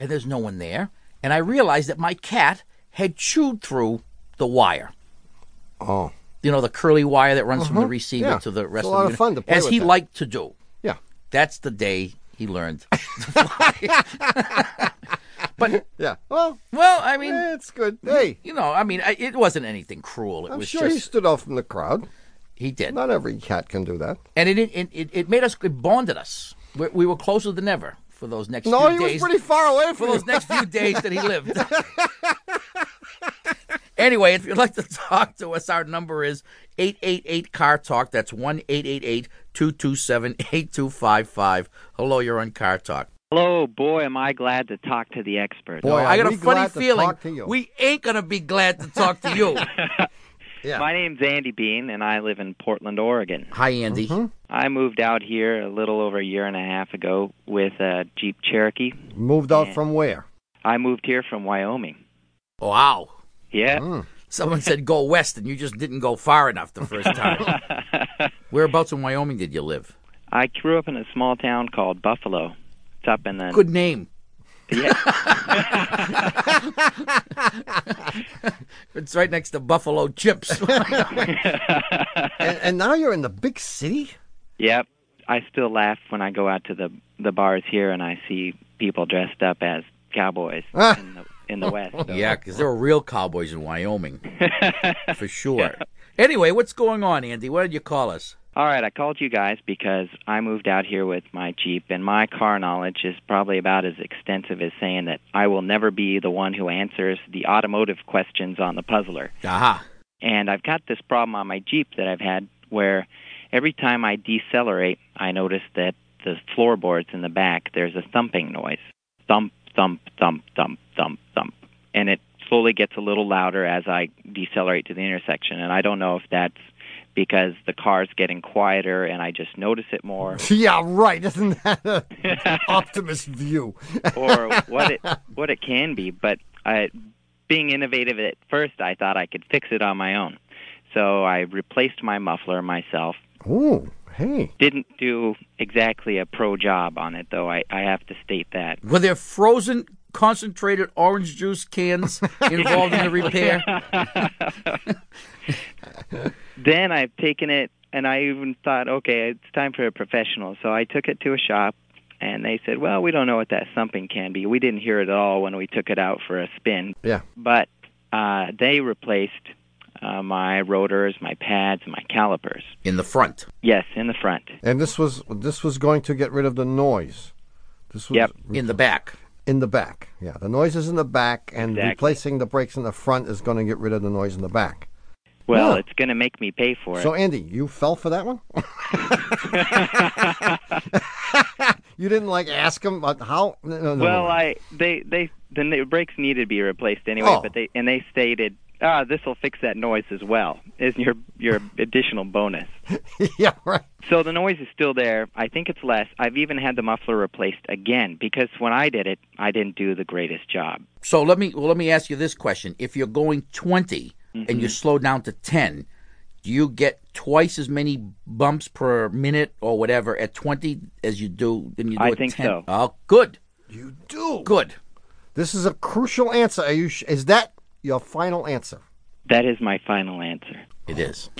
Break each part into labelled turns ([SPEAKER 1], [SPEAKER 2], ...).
[SPEAKER 1] and there's no one there, and I realized that my cat had chewed through the wire.
[SPEAKER 2] Oh,
[SPEAKER 1] You know, the curly wire that runs from the receiver
[SPEAKER 2] Uh-huh. Yeah.
[SPEAKER 1] to the
[SPEAKER 2] It's
[SPEAKER 1] rest
[SPEAKER 2] a
[SPEAKER 1] of the
[SPEAKER 2] lot of
[SPEAKER 1] unit,
[SPEAKER 2] fun to play
[SPEAKER 1] as
[SPEAKER 2] with
[SPEAKER 1] he
[SPEAKER 2] that.
[SPEAKER 1] liked to do.
[SPEAKER 2] yeah.
[SPEAKER 1] That's the day he learned. to fly. but
[SPEAKER 2] Yeah. Well,
[SPEAKER 1] well, I mean,
[SPEAKER 2] eh, it's good. Hey,
[SPEAKER 1] you know, I mean, I, it wasn't anything cruel. It
[SPEAKER 2] I'm
[SPEAKER 1] was
[SPEAKER 2] sure he
[SPEAKER 1] just
[SPEAKER 2] stood off from the crowd.
[SPEAKER 1] he did,
[SPEAKER 2] Not every cat can do that.
[SPEAKER 1] and it it, it it made us it bonded us. We, we were closer than ever for those next
[SPEAKER 2] No,
[SPEAKER 1] few
[SPEAKER 2] he was
[SPEAKER 1] days.
[SPEAKER 2] pretty far away
[SPEAKER 1] for
[SPEAKER 2] from us.
[SPEAKER 1] those next few days that he lived. anyway, if you'd like to talk to us, our number is 888 Car Talk. That's 1 888 227 8255. Hello, you're on Car Talk.
[SPEAKER 3] Hello, boy, am I glad to talk to the experts.
[SPEAKER 2] Boy,
[SPEAKER 1] I
[SPEAKER 2] are
[SPEAKER 1] got a
[SPEAKER 2] we
[SPEAKER 1] funny
[SPEAKER 2] glad to
[SPEAKER 1] feeling
[SPEAKER 2] talk to you.
[SPEAKER 1] we ain't going to be glad to talk to you.
[SPEAKER 2] Yeah.
[SPEAKER 3] My name's Andy Bean, and I live in Portland, Oregon.
[SPEAKER 1] Hi, Andy.
[SPEAKER 2] Mm-hmm.
[SPEAKER 3] I moved out here a little over a year and a half ago with a Jeep Cherokee.
[SPEAKER 2] Moved out from where?
[SPEAKER 3] I moved here from Wyoming.
[SPEAKER 1] Wow.
[SPEAKER 3] Yeah.
[SPEAKER 2] Hmm.
[SPEAKER 1] Someone said go west, and you just didn't go far enough the first time. Whereabouts in Wyoming did you live?
[SPEAKER 3] I grew up in a small town called Buffalo. It's up in the
[SPEAKER 1] Good name.
[SPEAKER 3] yeah,
[SPEAKER 1] It's right next to Buffalo Chips.
[SPEAKER 2] And, and now you're in the big city?
[SPEAKER 3] yep. I still laugh when I go out to the the bars here and I see people dressed up as cowboys
[SPEAKER 2] Ah.
[SPEAKER 3] in the in the west. So-
[SPEAKER 1] Yeah, because there were real cowboys in Wyoming, for sure. Anyway, what's going on, Andy? Why did you call us?
[SPEAKER 3] All right, I called you guys because I moved out here with my Jeep, and my car knowledge is probably about as extensive as saying that I will never be the one who answers the automotive questions on the puzzler.
[SPEAKER 1] Aha.
[SPEAKER 3] And I've got this problem on my Jeep that I've had where every time I decelerate, I notice that the floorboards in the back, there's a thumping noise. Thump, thump, thump, thump, thump, thump. And it slowly gets a little louder as I decelerate to the intersection. And I don't know if that's because the car's getting quieter and I just notice it more
[SPEAKER 2] Yeah, right. Isn't that an optimist view?
[SPEAKER 3] or what it what it can be. But I, being innovative at first, I thought I could fix it on my own. So I replaced my muffler myself.
[SPEAKER 2] Ooh, hey.
[SPEAKER 3] Didn't do exactly a pro job on it, though. I, I have to state that.
[SPEAKER 1] Were there frozen, concentrated orange juice cans involved in the repair?
[SPEAKER 3] Then I've taken it, and I even thought, okay, it's time for a professional. So I took it to a shop, and they said, well, we don't know what that thumping can be. We didn't hear it at all when we took it out for a spin.
[SPEAKER 2] Yeah.
[SPEAKER 3] but uh, they replaced uh, my rotors, my pads, my calipers.
[SPEAKER 1] In the front.
[SPEAKER 3] Yes, in the front.
[SPEAKER 2] And this was this was going to get rid of the noise. This was
[SPEAKER 3] Yep.
[SPEAKER 1] In the back.
[SPEAKER 2] in the back. Yeah, the noise is in the back, and
[SPEAKER 3] Exactly.
[SPEAKER 2] replacing the brakes in the front is going to get rid of the noise in the back.
[SPEAKER 3] Well,
[SPEAKER 2] Yeah.
[SPEAKER 3] it's going to make me pay for it.
[SPEAKER 2] So, Andy, you fell for that one. you didn't like ask him about how. No, no, no.
[SPEAKER 3] well, I they they then the brakes needed to be replaced anyway,
[SPEAKER 2] Oh.
[SPEAKER 3] but they and they stated, "Ah, this will fix that noise as well. Is your your additional bonus."
[SPEAKER 2] yeah, right.
[SPEAKER 3] So the noise is still there. I think it's less. I've even had the muffler replaced again because when I did it, I didn't do the greatest job.
[SPEAKER 1] So let me well, let me ask you this question: If you're going 20 and
[SPEAKER 3] Mm-hmm.
[SPEAKER 1] you slow down to ten, do you get twice as many bumps per minute or whatever at 20 as you do than you do
[SPEAKER 3] I
[SPEAKER 1] at
[SPEAKER 3] think
[SPEAKER 1] 10?
[SPEAKER 3] so.
[SPEAKER 1] Oh, good,
[SPEAKER 2] You do.
[SPEAKER 1] good.
[SPEAKER 2] This is a crucial answer. Are you? Sh- is that your final answer?
[SPEAKER 3] That is my final answer.
[SPEAKER 1] It is.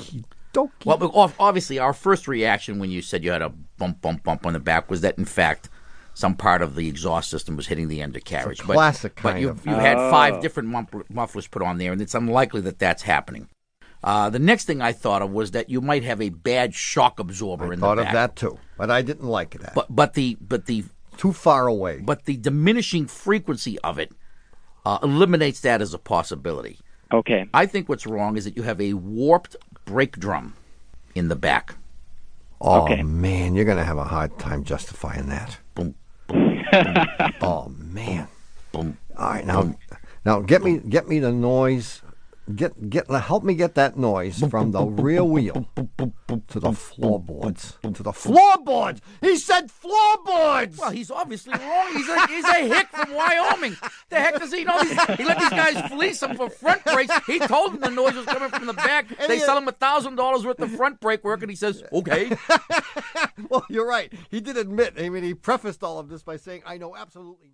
[SPEAKER 2] Don't.
[SPEAKER 1] Well, but ob- obviously, our first reaction when you said you had a bump, bump, bump on the back was that, in fact, some part of the exhaust system was hitting the undercarriage. But-
[SPEAKER 2] classic
[SPEAKER 1] but,
[SPEAKER 2] kind
[SPEAKER 1] you,
[SPEAKER 2] of-
[SPEAKER 1] you had five different muffler, mufflers put on there, and it's unlikely that that's happening. Uh, the next thing I thought of was that you might have a bad shock absorber
[SPEAKER 2] I
[SPEAKER 1] in
[SPEAKER 2] thought
[SPEAKER 1] the
[SPEAKER 2] of
[SPEAKER 1] back.
[SPEAKER 2] that too, but I didn't like that.
[SPEAKER 1] But but the but the
[SPEAKER 2] Too far away.
[SPEAKER 1] but the diminishing frequency of it uh, eliminates that as a possibility.
[SPEAKER 3] Okay.
[SPEAKER 1] I think what's wrong is that you have a warped brake drum in the back.
[SPEAKER 2] oh
[SPEAKER 3] Okay.
[SPEAKER 2] man, you're gonna have a hard time justifying that.
[SPEAKER 1] Boom,
[SPEAKER 2] Oh man.
[SPEAKER 1] boom.
[SPEAKER 2] All right, now, now get me, get me the noise. Get, get, help me get that noise from the rear wheel to the floorboards. To the floorboards. He said floorboards.
[SPEAKER 1] Well, he's obviously wrong. He's a, he's a hick from Wyoming. The heck does he know? These, he let these guys fleece him for front brakes. He told them the noise was coming from the back. They sell him a thousand dollars worth of front brake work, and he says, "Okay."
[SPEAKER 2] Well, you're right. He did admit. I mean, he prefaced all of this by saying, "I know absolutely."